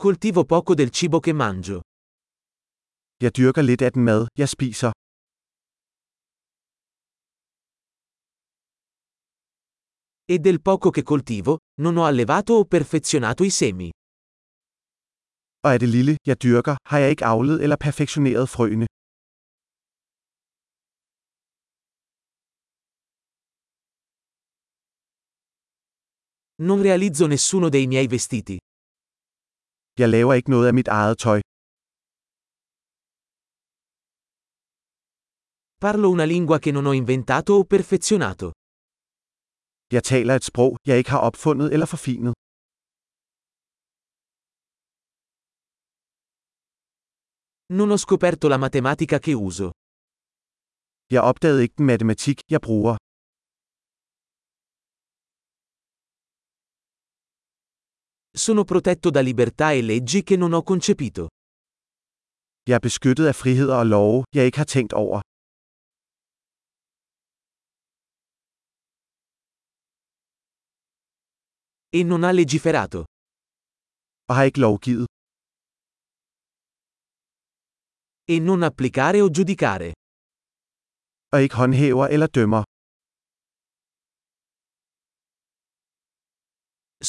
Coltivo poco del cibo che mangio. Jeg dyrker lidt af den mad, jeg spiser. E del poco che coltivo, non ho allevato o perfezionato i semi. Og af det lille, jeg dyrker, har jeg ikke avlet eller perfektioneret frøene. Non realizzo nessuno dei miei vestiti. Jeg laver ikke noget af mit eget tøj. Parlo una lingua che non ho inventato o perfezionato. Jeg taler et sprog, jeg ikke har opfundet eller forfinet. Non ho scoperto la matematica che uso. Jeg opdagede ikke den matematik, jeg bruger. Sono protetto da libertà e leggi che non ho concepito. Jeg er beskyttet af friheder og love, jeg ikke har tænkt over. E non ha legiferato. Og har ikke lovgivet. E non applicare o giudicare. Og ikke håndhæver eller dømmer.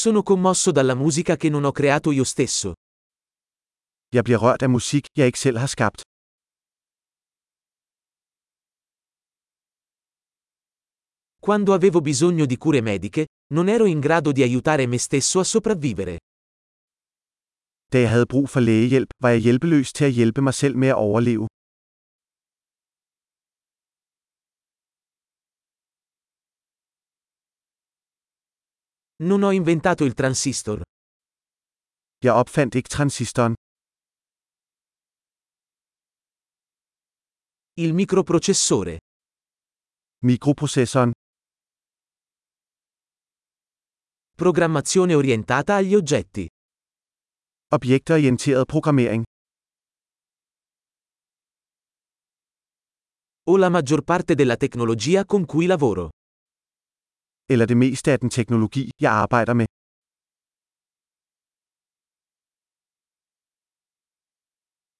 Sono commosso dalla musica che non ho creato io stesso. Jeg bliver rørt af musik, jeg ikke selv har skabt. Quando avevo bisogno di cure mediche, non ero in grado di aiutare me stesso a sopravvivere. Da jeg havde brug for lægehjælp, var jeg hjælpeløs til at hjælpe mig selv med at overleve. Non ho inventato il transistor. Jeg opfandt ikke transistoren, Il microprocessore. mikroprocessoren, Programmazione orientata agli oggetti. objektorienteret programmering, Ho la maggior parte della tecnologia con cui lavoro. eller det meste af den teknologi, jeg arbejder med.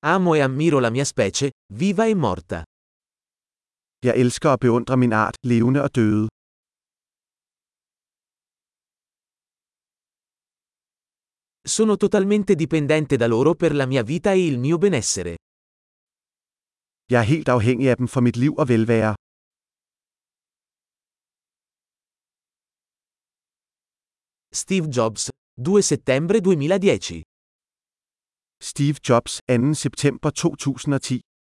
Amo e ammiro la mia specie, viva e morta. Jeg elsker og beundrer min art, levende og døde. Sono totalmente dipendente da loro per la mia vita e il mio benessere. Jeg er helt afhængig af dem for mit liv og velvære. Steve Jobs, 2 settembre 2010. Steve Jobs, 2. september 2010